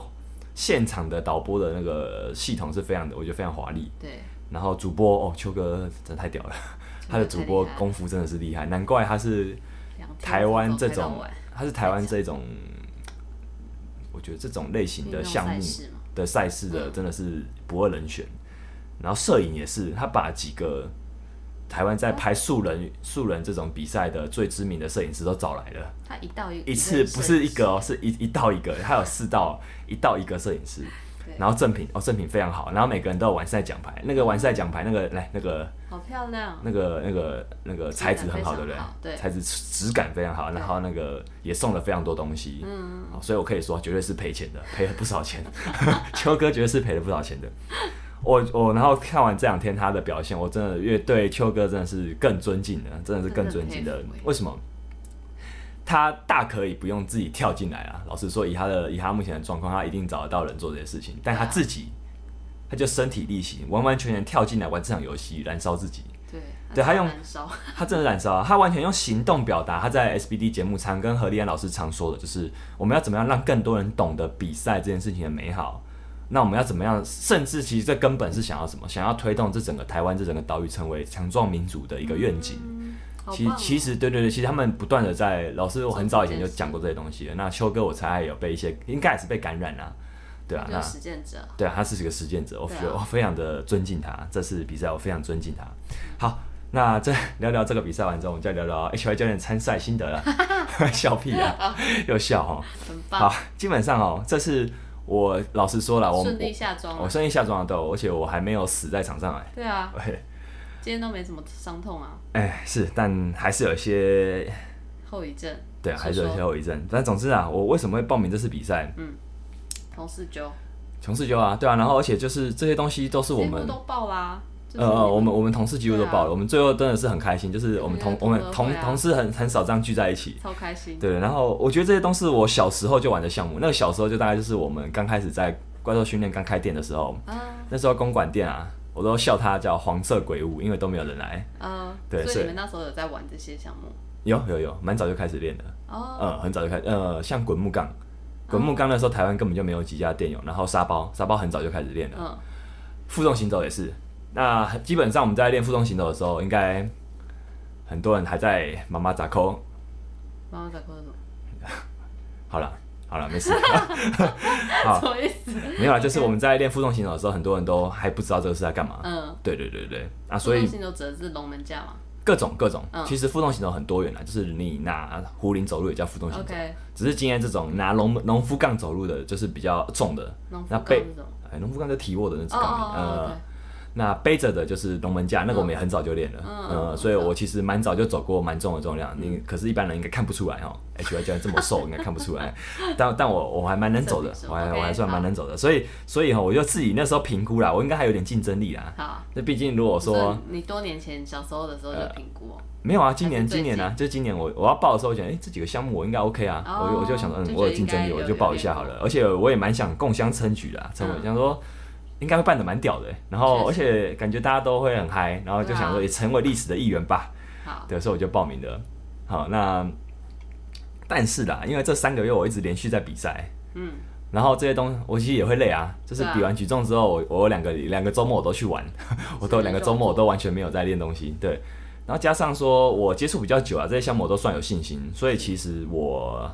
A: 现场的导播的那个系统是非常的，我觉得非常华丽。
B: 对，
A: 然后主播哦，秋哥真的太 屌了，他的主播功夫真的是厉害，难怪他是
B: 两天
A: 台湾这
B: 从早开到
A: 种
B: 晚，
A: 他是台湾这种，我觉得这种类型的
B: 运动
A: 项
B: 赛
A: 目
B: 事嘛
A: 的赛事的真的是不二人选。然后摄影也是，他把几个台湾在拍素
B: 嗯
A: 人素人这种比赛的最知名的摄影师都找来了，
B: 他一到一
A: 一
B: 个
A: 次不是一
B: 摄
A: 个哦，是一一到一个，他有四到一到一个摄影师
B: 对。
A: 然后正品哦，正品非常好，然后每个人都有完赛奖牌，那个完赛奖牌那个来那个
B: 影师，好漂亮，啊
A: 那个那个那个材质很好，对不对
B: 嗯非常好？对
A: 材质质感非常好，
B: 对
A: 然后那个也送了非常多东西，嗯，所以我可以说绝对是赔钱的，赔了不少钱。 秋哥绝对是赔了不少钱的。我我然后看完这两天他的表现，我真的越对秋哥真的是更尊敬了，真的是更尊敬的
B: 真的很佩。服欸
A: 为什么？他大可以不用自己跳进来啊！老实说，以他的以他目前的状况，他一定找得到人做这些事情，但他
B: 对啊
A: 自己，他就身体力行，完完全全跳进来玩这场游戏，燃烧自己。
B: 对，
A: 对他用
B: 燃烧，
A: 他真的燃烧啊！他完全用行动表达他在 SBD 节目常跟何立安老师常说的，就是我们要怎么样让更多人懂得比赛这件事情的美好。那我们要怎么样？甚至其实这根本是想要什么？想要推动这整个台湾这整个岛屿成为强壮民主的一个愿景。
B: 好
A: 其
B: 棒哦
A: 其实对对对，其实他们不断的在老师，我很早以前就
B: 做这件事
A: 讲过这些东西了。那秋哥我猜也有被一些，应该也是被感染啦、对啊，
B: 就
A: 那
B: 是实践者，
A: 对啊，他是个实践者，我
B: 对啊
A: 觉得我非常的尊敬他。这次比赛我非常尊敬他。好，那这 聊聊这个比赛完之后，我们再聊聊 H Y 教练参赛心得 了。笑屁啊，又笑哈。
B: 很棒
A: 好，，基本上哦，这次我老实说了，我
B: 顺利下妆
A: 我
B: 了，
A: 顺利下妆了，对，而且我还没有死在场上哎、
B: 对啊，
A: 对，
B: 今天都没什么伤痛啊，
A: 哎，是，但还是有一些
B: 后遗症。
A: 对，啊还是
B: 说
A: 有一些后遗症。但总之啊，我为什么会报名这次比赛？
B: 同事就
A: 琼事纠啊，对啊，然后而且就是这些东西都是我
B: 几
A: 们
B: 乎都爆啦，就是
A: 呃，
B: 你
A: 呃，
B: 们
A: 我们我们同事几乎都报了，
B: 对啊
A: 我们最后真的是很开心，就是我们同
B: 对
A: 我们
B: 同
A: 同
B: 乐会啊
A: 同事很很少这样聚在一起。
B: 超开心，
A: 对，然后我觉得这些都是我小时候就玩的项目，那个小时候就大概就是我们刚开始在怪兽训练刚开店的时候，
B: 啊
A: 那时候公馆店啊，我都笑它叫黄色鬼屋，因为都没有人来。
B: 呃，
A: 对
B: 所以
A: 所以
B: 你们那时候有在玩这些项目
A: 有有有，蛮早就开始练的，
B: 哦，
A: 呃，很早就开呃，像滚木杠，滚木杠那时候台湾根本就没有几家店有，然后沙包，沙包很早就开始练了。
B: 嗯，
A: 负重行走也是。那基本上我们在练负重行走的时候，应该很多人还在妈妈咋抠。
B: 妈妈在说什么？
A: 好了，好了，没 事，好
B: 什么意思？
A: 没有啦，就是我们在练负重行走的时候，很多人都还不知道这个是在干嘛。
B: 嗯，
A: 对对对对，啊，所
B: 互
A: 以
B: 动性都指的是龙门架嘛
A: 各种各种，
B: 嗯
A: 其实负重行走很多元啦，就是你拿壶铃走路也叫负重行走，
B: ？OK，
A: 只是今天这种拿农农夫杠走路的，就是比较重的，
B: 农夫
A: 那
B: 杠
A: 背
B: 是什么？
A: 哎，农夫杠就提握的那只
B: 哦
A: 杠铃，
B: 哦
A: 呃
B: 哦，
A: 那背着的就是龙门架，那个我们也很早就练了，
B: 嗯
A: 呃，
B: 嗯
A: 所以我其实蛮早就走过蛮重的重量，你可是一般人应该看不出来哦，H Y 教练这么瘦应该看不出 来，但但我我还蛮能走的
B: 这里，是
A: 我还
B: OK，
A: 我还算
B: 好
A: 蛮能走的，所以所以哈，我就自己那时候评估啦，我应该还有点竞争力啦，
B: 对，好。
A: 那毕竟如果说
B: 就是你多年前小时候的时候就评估哦，
A: 没有啊，今年
B: 还是最
A: 今
B: 近
A: 年啊，就今年我我要报的时候，我觉得哎、诶这几个项目我应该 OK 啊，
B: 哦
A: 我就我就想说，
B: 就
A: 嗯，
B: 觉得
A: 我有竞争力，
B: 应该
A: 我
B: 有
A: 就报一下好了。而且我也蛮想共襄盛举的、啊，成为、
B: 嗯
A: 想说应该会办的蛮屌的、然后而且感觉大家都会很嗨，然后就想
B: 对
A: 说
B: 啊
A: 也成为历史的一员吧，
B: 好，
A: 呃对，所以我就报名了。好，那但是啦，因为这三个月我一直连续在比赛，
B: 嗯，
A: 然后这些东西我其实也会累啊，就是
B: 对啊
A: 比完举重之后，我我有两个两个周末我都去玩， 我都有两个周末我都完全没有在练东西，对。然后加上说我接触比较久啊，这些项目我都算有信心，所以其实我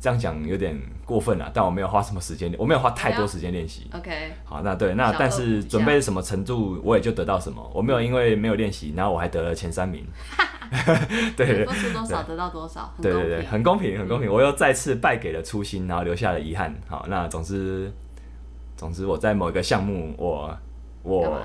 A: 这样讲有点过分啊了、但我没有花什么时间，我没有花太多时间练习。
B: OK，
A: 好，那对，那
B: 啊小
A: 但
B: 恶
A: 是
B: 补一
A: 准
B: 下
A: 备什么程度，我也就得到什么。我没有因为没有练习，然后我还得了前三名。对对
B: 付出多少得到多少，很
A: 对
B: 公
A: 对对，
B: 平。嗯
A: 很公平，很公平。我又再次败给了初心，然后留下了遗憾。好，那总之，总之我在某一个项目，我
B: 干
A: 我
B: 嘛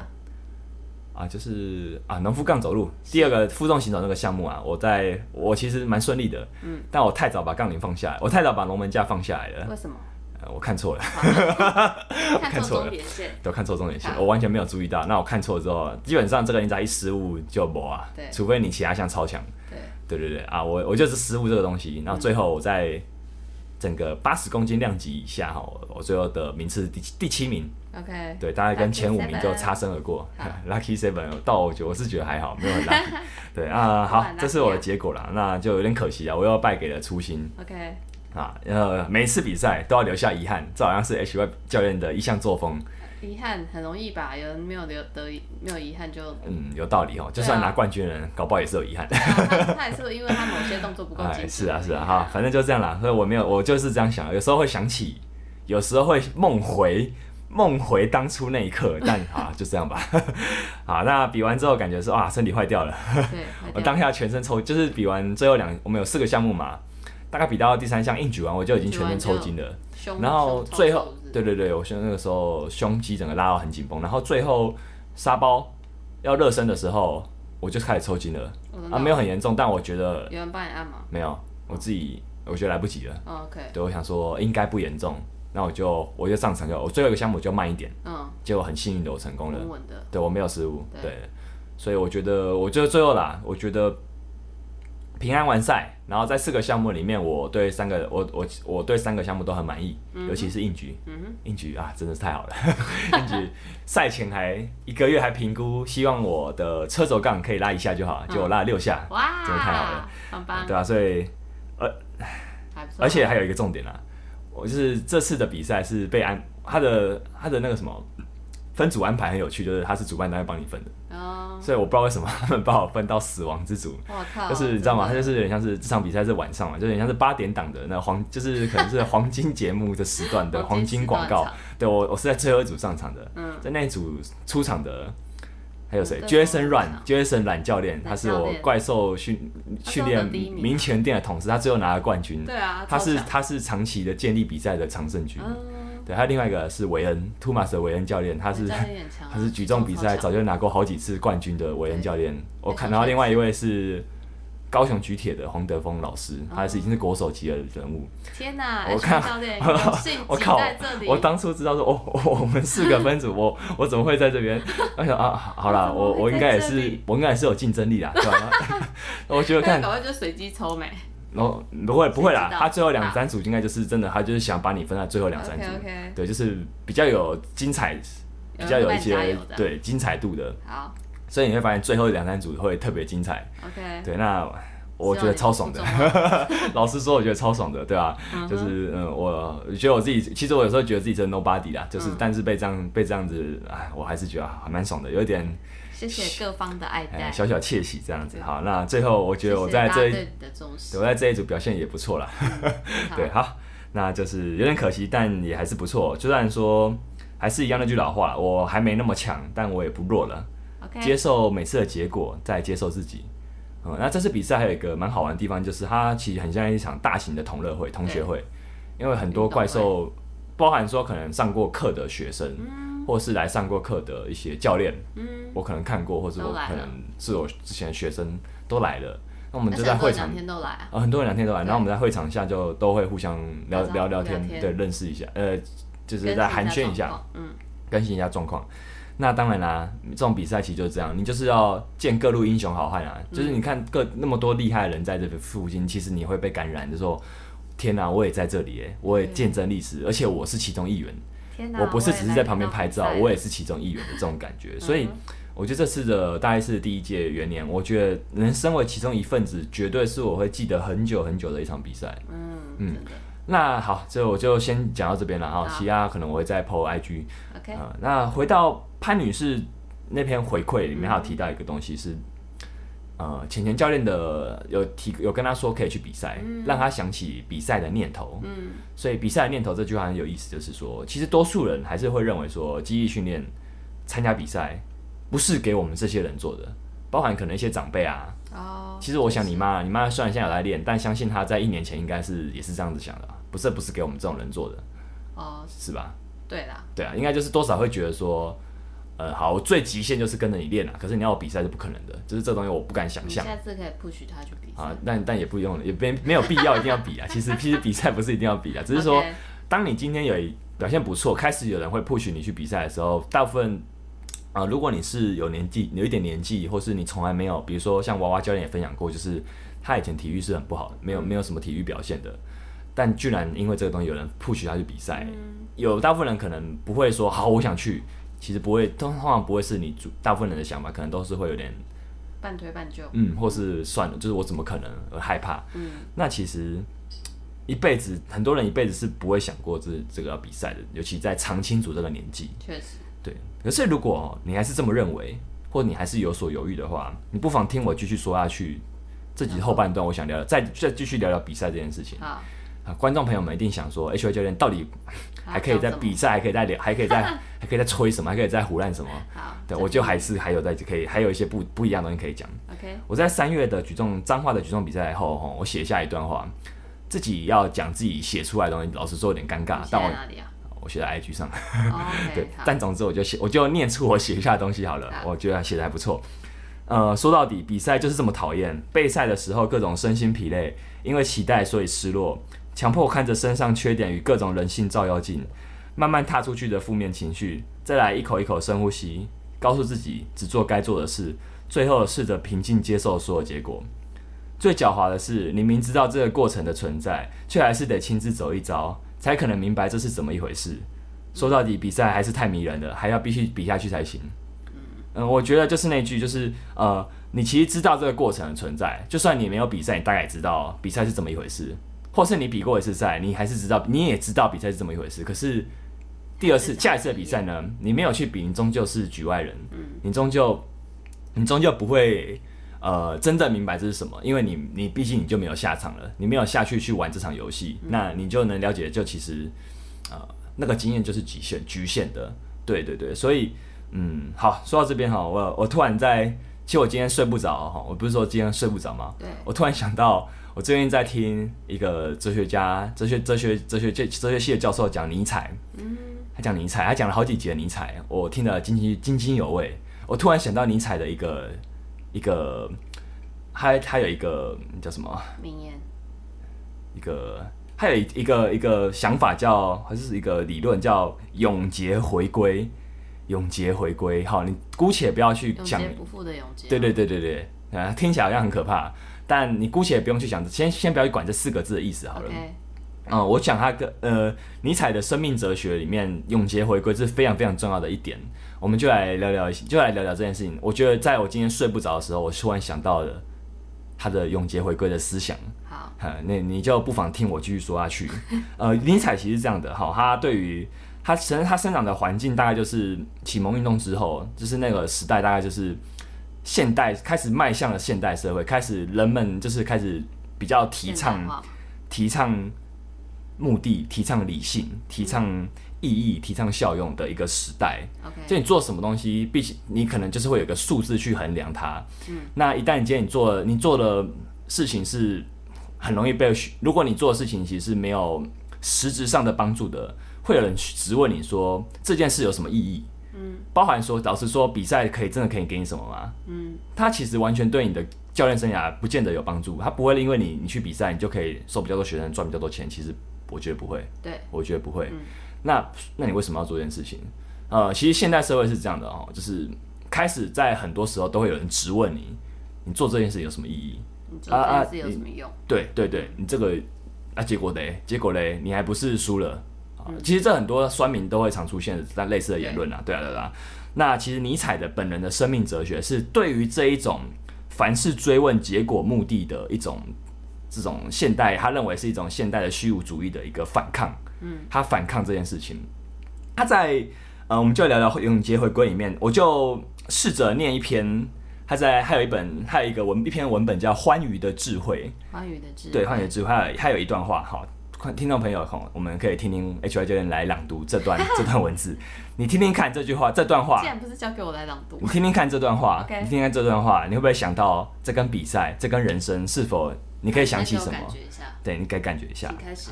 A: 啊，就是啊，农夫杠走路第二个负重行走那个项目啊，我在我其实蛮顺利的，
B: 嗯，
A: 但我太早把杠铃放下来，我太早把龙门架放下来了，
B: 为 什么？
A: 呃我看错了，
B: 看
A: 看错
B: 错
A: 了
B: 终点线，
A: 对我看错重点线
B: 啊，
A: 我完全没有注意到。那我看错之后，基本上这个人只要一失误就没啊
B: 对，
A: 除非你其他项超强。
B: 对，
A: 对对对啊，我我就是失误这个东西，然后最后我在整个八十公斤量级以下哈，我我最后的名次是第七第七名，
B: OK，
A: 对，大概跟
B: Lucky
A: 前五名
B: seven
A: 就擦身而过
B: 好。
A: Lucky Seven 到我觉得我是觉得还好，没有很 lucky。对啊，好
B: 哇，lucky 啊，
A: 这是我的结果啦，那就有点可惜啊，我又败给了初心
B: OK，
A: 啊。呃，每一次比赛都要留下遗憾，这好像是 HY 教练的一项作风。
B: 遗憾很容易吧？有人没有留得遗没有遗 憾就，
A: 嗯，有道理哦，就算
B: 对啊
A: 拿冠军的人，搞不好也是有遗憾。
B: 他他也是因为他某些动作不够精
A: 哎，
B: 致。
A: 是啊，是啊，哈，反正就这样啦。所以我没有，我就是这样想，有时候会想起，有时候会梦回，梦回当初那一刻。 但啊，就这样吧。 好，那比完之后感觉是哇，身体坏掉了。
B: 对，
A: 我
B: 快点
A: 当下全身抽，就是比完最后两，我们有四个项目嘛，大概比到第三项硬举完，我就已经全身抽筋了。
B: 胸，
A: 然后
B: 胸超
A: 最后
B: 瘦是不，是
A: 对对对，我胸那个时候胸肌整个拉到很紧绷，然后最后沙包要热身的时候，我就开始抽筋了
B: 我的
A: 啊，
B: 脑
A: 没有很严重，但我觉得
B: 有人帮你按吗
A: 没有，我自己我觉得来不及了。
B: 哦？OK，
A: 对，我想说应该不严重，那我就我就上场就我最后一个项目就慢一点，
B: 嗯，
A: 结果很幸运的我成功了，
B: 稳稳的，
A: 对我没有失误，
B: 对
A: 对，所以我觉得我觉得最后啦，我觉得平安完赛，然后在四个项目里面，我对三个我我我对三个项目都很满意，尤其是硬举，
B: 嗯
A: 硬举啊真的是太好了， 硬举赛前还一个月还评估，希望我的车轴杠可以拉一下就好，结果拉了六下
B: 哼，，哇，
A: 真的太好了，
B: 棒嗯棒，
A: 对啊，所以
B: 还不错，
A: 而且还有一个重点啊，我就是这次的比赛是被安他的他的那个什么分组安排很有趣，就是他是主办单位帮你分的，
B: 哦，
A: 所以我不知道为什么他们把我分到死亡之组。
B: 我靠，
A: 就是你知道吗？他
B: 哦真
A: 就
B: 的
A: 是有点像是这场比赛是晚上嘛，就有点像是八点档的那黄， 就是可能是黄金节目的时段的黄
B: 黄金
A: 金广告
B: 时段场。
A: 对我，我是在最后一组上场的，
B: 嗯
A: 在那一组出场的还有谁
B: 我在
A: ？Jason
B: 后
A: Run
B: 面上
A: Jason 阮教练，
B: 阮
A: 他是
B: 教
A: 我
B: 练
A: 怪兽训
B: 他
A: 训
B: 是我
A: 练
B: 的第一名
A: 民权店的同事，他最后拿了冠军。
B: 对啊，
A: 他是
B: 超强
A: 他是长期的建立比赛的常胜军，
B: 嗯
A: 对，还有另外一个是韦恩，托马斯的韦恩教练，他是
B: 教练也很强啊
A: 他是举重比赛
B: 超强
A: 早就拿过好几次冠军的韦恩教练。我看，
B: 没错
A: 然后另外一位是高雄举铁的黄德峰老
B: 嗯
A: 师，他是已经是国手级的人物。
B: 天哪！
A: 我
B: H
A: 看
B: 教练有幸
A: 我
B: 挤
A: 靠
B: 在这里，
A: 我当初知道说，哦， 我我们四个分组，我我怎么会在这边？ 我想啊，好啦，我
B: 我怎么
A: 我
B: 会
A: 应该也
B: 在这
A: 是
B: 里，
A: 我应该也是有竞争力啦，对吧？ 我觉得看
B: 那，搞快就随机抽没。
A: 然后不会不会啦
B: 谁知，道
A: 他最后两
B: 啊
A: 三组应该就是真的，他就是想把你分到最后两三组
B: OK，OK
A: 对，就是比较有精彩，比较有一些对精彩度的，
B: 好
A: 所以你会发现最后两三组会特别精彩。
B: ，OK，
A: 对，那我觉得超爽的
B: 嗯希，望你们
A: 老实说，我觉得超爽的，对吧、
B: 嗯哼
A: 就是嗯，我觉得我自己，其实我有时候觉得自己真的 nobody 啦，就是、
B: 嗯
A: 但是被这样被这样子，哎，我还是觉得还蛮爽的，有点
B: 谢谢各方的爱
A: 哎
B: 戴，
A: 小小窃喜这样子。好，那最后我觉得我在
B: 谢谢大
A: 这
B: 家
A: 一
B: 对你的重视，
A: 我在这一组表现也不错啦。
B: 好
A: 对，好，那就是有点可惜，但也还是不错。就算说还是一样那句老话，我还没那么强，但我也不弱了。接
B: ，OK，
A: 受每次的结果，再接受自己。嗯，那这次比赛还有一个蛮好玩的地方，就是它其实很像一场大型的同乐会、同学会，
B: 嗯
A: 因为很多怪兽，包含说可能上过课的学生，或是来上过课的一些教练，
B: 嗯，
A: 我可能看过，或是
B: 都
A: 我
B: 来
A: 可
B: 了
A: 能是我之前的学生都来了，那我
B: 我
A: 们就在会场
B: 两。天都来啊，
A: 啊、很多人聊天都来，然后我们在会场下就都会互相聊
B: 打招呼
A: 聊聊
B: 聊
A: 天，
B: 天
A: 对，认识一下，呃，就是
B: 跟
A: 在寒暄
B: 人
A: 一
B: 家
A: 下
B: 状，况，嗯，
A: 更新一下状况。那当然啦、这种比赛其实就是这样，你就是要见各路英雄好汉啊。
B: 嗯
A: 就是你看各那么多厉害的人在这附近，其实你会被感染，就说天哪、我也在这里耶，我也
B: 对
A: 见证历史，而且我是其中一员，
B: 天哪，
A: 我不是只是在旁边拍照，我也
B: 也
A: 是其中一员的这种感觉。所以我觉得这次的大概是第一届元年，我觉得能身为其中一份子，绝对是我会记得很久很久的一场比赛。
B: 来到比赛，嗯
A: 嗯
B: 嗯，真的
A: 那好，这我就先讲到这边了哈，
B: 好
A: 其他可能我会再 PO IG。
B: ，OK，
A: 呃，那回到潘女士那篇回馈里面，还有提到一个东西是，呃，浅浅教练的有提有跟她说可以去比赛，让她想起比赛的念头。
B: 嗯，
A: 所以比赛的念头这句话很有意思，就是说，其实多数人还是会认为说，记忆训练、参加比赛不是给我们这些人做的，包含可能一些长辈啊。
B: 哦，
A: 其实我想你妈，你妈虽然现在有在练，但相信她在一年前应该是也是这样子想的吧，不是不是给我们这种人做的，
B: 哦，
A: 是吧？
B: 对啦，
A: 对啊，应该就是多少会觉得说，呃，好，我最极限就是跟着你练啊，可是你要我比赛是不可能的，就是这东西我不敢想
B: 你
A: 象
B: 下次可以 push 他去比
A: 啊
B: 赛，。
A: 但但也不用，也没没有必要一定要比啊。其实其实比赛不是一定要比啊，只是说
B: OK，
A: 当你今天有一表现不错，开始有人会 push 你去比赛的时候，大部分。啊、如果你是有年纪、有一点年纪，或是你从来没有，比如说像娃娃教练也分享过，就是他以前体育是很不好的，没有没有什么体育表现的，但居然因为这个东西有人 push 他去比赛，有大部分人可能不会说好我想去，其实不会，通通常不会是你主大部分人的想法，可能都是会有点
B: 半推半就，
A: 嗯，或是算了，就是我怎么可能而害怕？
B: 嗯，
A: 那其实一辈子很多人一辈子是不会想过这这个要比赛的，尤其在常青组这个年纪，
B: 确实，
A: 对。可是如果哦你还是这么认为，或你还是有所犹豫的话，你不妨听我继续说下去。这集后半段，我想聊聊，再再继续聊聊比赛这件事情
B: 好，
A: 啊！观众朋友们一定想说，H Y 教练到底还可以再
B: 啊讲什么
A: 比赛，还可以再聊，还可以 再还可以再吹什么，还可以再胡乱什么？
B: 好，
A: 对，我就还是还有在可以还有一些不不一样的东西可以讲。
B: OK，
A: 我在三月的举重彰化的举重比赛后，吼我写下一段话，自己要讲自己写出来的东西，老实说有点尴尬
B: 你，写
A: 但
B: 在
A: 我
B: 哪 里啊哦
A: 我写在 IG 上，对
B: ？OK，，好，
A: 但总之我就写，我就念出我写下的东西好了，
B: 好
A: 我觉得写的还不错。呃，说到底，比赛就是这么讨厌。备赛的时候，各种身心疲累，因为期待所以失落，强迫看着身上缺点与各种人性照妖镜，慢慢踏出去的负面情绪，再来一口一口深呼吸，告诉自己只做该做的事，最后试着平静接受所有结果。最狡猾的是，你明知道这个过程的存在，却还是得亲自走一遭，才可能明白这是怎么一回事。说到底，比赛还是太迷人了，还要必须比下去才行。嗯，我觉得就是那句，就是呃，你其实知道这个过程的存在，就算你没有比赛，你大概也知道比赛是怎么一回事，或是你比过一次赛，你还是知道，你也知道比赛是怎么一回事。可是第二次、下一次的比赛呢，你没有去比，你终究是局外人，你终究你终究不会呃真的明白这是什么，因为你你毕竟你就没有下场了，你没有下去去玩这场游戏，那你就能了解，就其实呃那个经验就是极限局限的，对对对，所以嗯好，说到这边哈，我我突然在，其实我今天睡不着哈，我不是说今天睡不着吗？
B: 对，
A: 我突然想到，我最近在听一个哲学家、哲学、哲学、哲学、哲哲学系的教授讲尼采，
B: 嗯
A: 他讲尼采，他讲了好几集的尼采，我听得津津津津有味。我突然想到尼采的一个一个，他他有一个叫什么？
B: 名言，
A: 一个，还有一一个一个想法叫，还是一个理论叫“永劫回归”。永劫回归，好，你姑且不要去
B: 永
A: 想，
B: 劫不复的永劫。
A: 对对对对对，啊，听起来好像很可怕，但你姑且不用去想，先先不要去管这四个字的意思好了。
B: 啊，OK，
A: 嗯，我讲他个呃，尼采的生命哲学里面，永劫回归这是非常非常重要的一点。我们就来聊聊一，就来聊聊这件事情。我觉得在我今天睡不着的时候，我突然想到了他的永劫回归的思想。
B: 好，
A: 哈，啊那你就不妨听我继续说下去。呃，尼采其实是这样的哈，他对于他生他生长的环境大概就是启蒙运动之后，就是那个时代大概就是现代开始迈向了现代社会，开始人们就是开始比较提倡
B: 现代化
A: 提倡目的、提倡理性、提倡意义、提倡效用的一个时代。就
B: OK，
A: 你做什么东西，必须你可能就是会有个数字去衡量它。
B: 嗯
A: 那一旦你今天你做了你做的事情是很容易被嘘，如果你做的事情其实是没有实质上的帮助的，会有人去质问你说这件事有什么意义？嗯，包含说，老实说，比赛可以真的可以给你什么吗？
B: 嗯，
A: 它其实完全对你的教练生涯不见得有帮助，它不会因为你你去比赛，你就可以收比较多学生，赚比较多钱。其实我觉得不会。
B: 对，
A: 我觉得不会。
B: 嗯
A: 那那你为什么要做这件事情？呃，其实现代社会是这样的哦，就是开始在很多时候都会有人质问你，你做这件事有什么意义？
B: 你做
A: 啊
B: 这件事有什么用？
A: 对对对，你这个啊，结果嘞，结果嘞，你还不是输了、啊其实这很多酸民都会常出现但类似的言论啊，对啊对啊。那其实尼采的本人的生命哲学是对于这一种凡是追问结果目的的一种这种现代，他认为是一种现代的虚无主义的一个反抗。嗯，他反抗这件事情。他在呃，我们就聊聊《永劫回归》里面，我就试着念一篇。他在还有一本，还有一个文一篇文本叫《欢愉的智慧》，
B: 欢愉的智，
A: 对，幻觉之还有还有一段话，好，快听众朋友，好，我们可以听听 H Y 教练来朗读这 段这段文字，你听听看这句话，这段话
B: 既，然不是交给我来朗读
A: 你，听听看这段话
B: OK
A: 你听听看这段话，你会不会想到这跟比赛，这跟人生是否你可以想起
B: 那
A: 什
B: 就
A: 么
B: 感？觉一下，
A: 对，你可以感觉一下
B: 请。开始。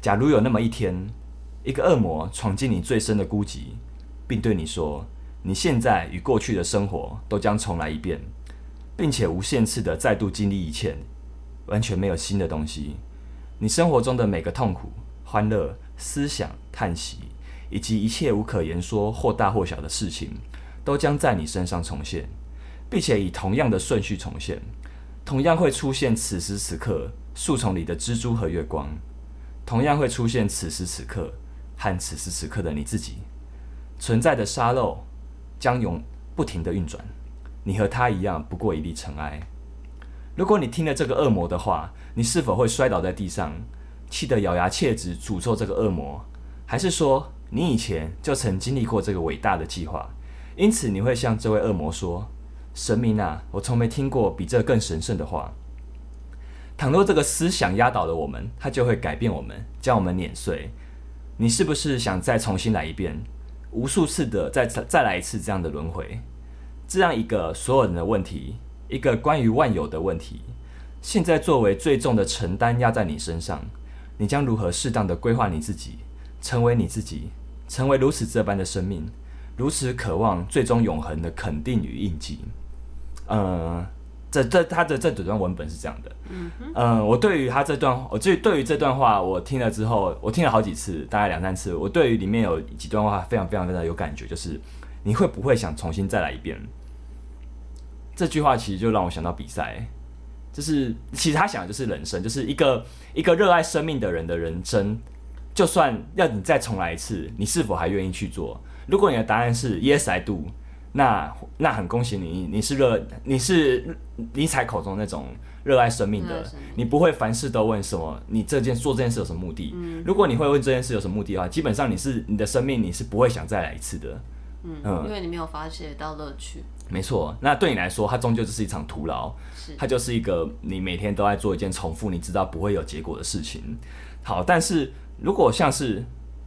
A: 假如有那么一天，一个恶魔闯进你最深的孤寂，并对你说：“你现在与过去的生活都将重来一遍，并且无限次的再度经历一切，完全没有新的东西。你生活中的每个痛苦、欢乐、思想、叹息，以及一切无可言说或大或小的事情，都将在你身上重现，并且以同样的顺序重现。”同样会出现此时此刻树丛里的蜘蛛和月光，同样会出现此时此刻和此时此刻的你自己。存在的沙漏将永不停地运转，你和它一样，不过一粒尘埃。如果你听了这个恶魔的话，你是否会摔倒在地上，气得咬牙切齿，诅咒这个恶魔？还是说你以前就曾经历过这个伟大的计划，因此你会向这位恶魔说：“神明啊，我从没听过比这更神圣的话。”倘若这个思想压倒了我们，它就会改变我们，将我们碾碎。你是不是想再重新来一遍，无数次的再再来一次这样的轮回？这样一个所有人的问题，一个关于万有的问题，现在作为最重的承担压在你身上，你将如何适当的规划你自己，成为你自己，成为如此这般的生命，如此渴望最终永恒的肯定与印记。呃，这这他的这整段文本是这样的。嗯，我对于他这段，我对对于这段话，我听了之后，我听了好几次，大概两三次。我对于里面有几段话非常非常非常有感觉，就是你会不会想重新再来一遍？这句话其实就让我想到比赛，就是其实他想的就是人生，就是一个一个热爱生命的人的人生，就算要你再重来一次，你是否还愿意去做？如果你的答案是 yes I do，那那很恭喜你，你是热，你是尼采口中那种热爱生命
B: 热
A: 的
B: 爱生命，
A: 你不会凡事都问什么，你这件做这件事有什么目的？
B: 嗯
A: 如果你会问这件事有什么目的的话，基本上你是你的生命你是不会想再来一次的。
B: 嗯，因为你没有发泄到乐趣，
A: 没错，那对你来说，它终究就是一场徒劳，
B: 是
A: 它就是一个你每天都在做一件重复，你知道不会有结果的事情。好，但是如果像是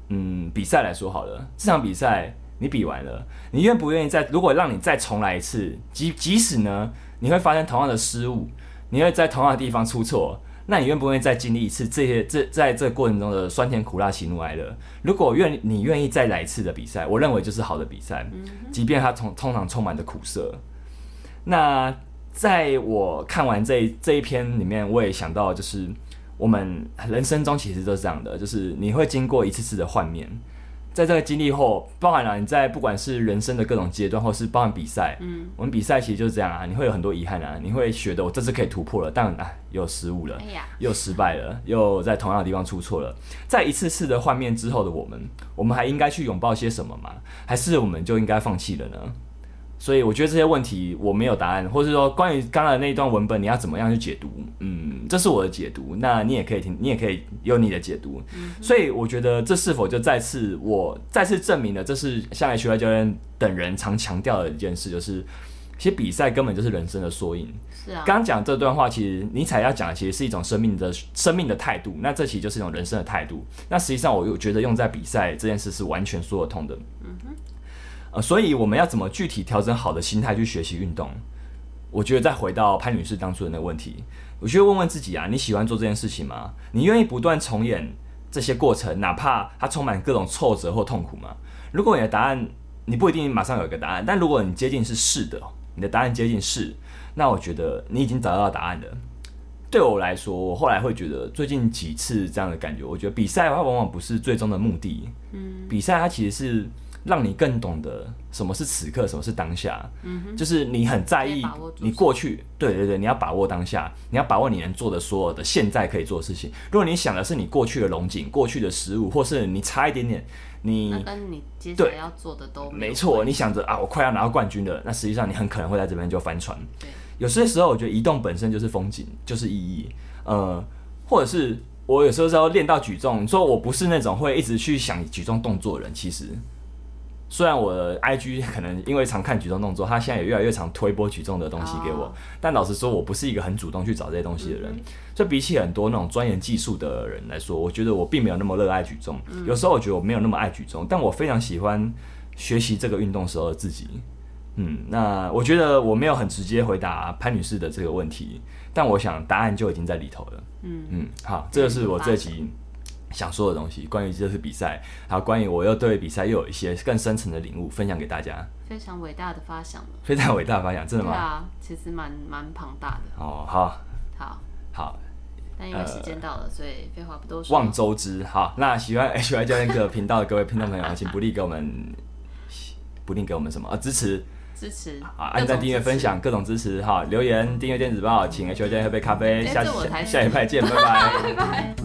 A: 嗯比赛来说好了，这场比赛你比完了，你愿不愿意再？如果让你再重来一次，即即使呢你会发生同样的失误，你会在同样的地方出错，那你愿不愿意再经历一次这些这在这过程中的酸甜苦辣喜怒哀乐？如果愿你愿意再来一次的比赛，我认为就是好的比赛，即便它通通常充满着苦涩。那在我看完这一这一篇里面，我也想到，就是我们人生中其实都是这样的，就是你会经过一次次的幻灭，在这个经历后，包含了你在不管是人生的各种阶段，或是包含比赛，嗯，我们比赛其实就是这样啊，你会有很多遗憾啊，你会觉得我这次可以突破了，但啊又失误了
B: 哎，呀，
A: 又失败了，又在同样的地方出错了。在一次次的幻灭之后的我们，我们还应该去拥抱些什么吗？还是我们就应该放弃了呢？所以我觉得这些问题我没有答案，或是说关于刚才那一段文本，你要怎么样去解读？嗯，这是我的解读，那你也可以听，你也可以有你的解读。所以我觉得这是否就再次我再次证明了，这是像 H Y 教练等人常强调的一件事，就是其实比赛根本就是人生的缩影。
B: 是啊，
A: 刚讲这段话，其实尼采要讲的其实是一种生命的生命的态度，那这其实就是一种人生的态度。那实际上，我又觉得用在比赛这件事是完全说得通的。嗯呃，所以我们要怎么具体调整好的心态去学习运动？我觉得再回到潘女士当初的那个问题，我觉得问问自己啊，你喜欢做这件事情吗？你愿意不断重演这些过程，哪怕它充满各种挫折或痛苦吗？如果你的答案你不一定马上有一个答案，但如果你接近是是的，你的答案接近是，那我觉得你已经找到答案了。对我来说，我后来会觉得最近几次这样的感觉，我觉得比赛它往往不是最终的目的，嗯，比赛它其实是让你更懂得什么是此刻，什么是当下，嗯，就是你很在
B: 可以
A: 意
B: 把握住
A: 你过去，对对对，你要把握当下，你要把握你能做的所有的现在可以做的事情。如果你想的是你过去的龙井、过去的食物，或是你差一点点，你
B: 那跟你接下来要做的都没
A: 嗯没
B: 有
A: 错，你想着啊，我快要拿到冠军了，那实际上你很可能会在这边就翻船。
B: 对，
A: 有些时候我觉得移动本身就是风景，就是意义，呃，或者是我有时候时候练到举重，你说我不是那种会一直去想举重动作的人，其实。虽然我的 IG 可能因为常看举重动作，他现在也越来越常推播举重的东西给我
B: 哦
A: 但老实说，我不是一个很主动去找这些东西的人。所以比起很多那种钻研技术的人来说，我觉得我并没有那么热爱举重。有时候我觉得我没有那么爱举重，但我非常喜欢学习这个运动时候的自己。嗯，那我觉得我没有很直接回答潘女士的这个问题，但我想答案就已经在里头了。
B: 嗯
A: 嗯，好，这就是我这集想说的东西，关于这次比赛，还有关于我又对比赛又有一些更深层的领悟分享给大家，
B: 非常伟大的发想了，
A: 非常伟大的发想，真
B: 对
A: 的吗？
B: 啊，其实蛮蛮庞大的。
A: 哦，好
B: 好，
A: 好，
B: 但因为时
A: 呃
B: 间到了，所以废话不多说。
A: 望周知。好，那喜欢 H Y 教练的频道的各位听众朋友，请不吝给我们不吝给我们什么啊支持
B: 支持
A: 啊，按赞、订阅、分。享各种支持哈，留言、订阅电子报，请 H Y 教练喝杯咖啡，
B: 哎
A: 下
B: 这我才
A: 下下礼拜见，拜拜。
B: 各种支持拜拜。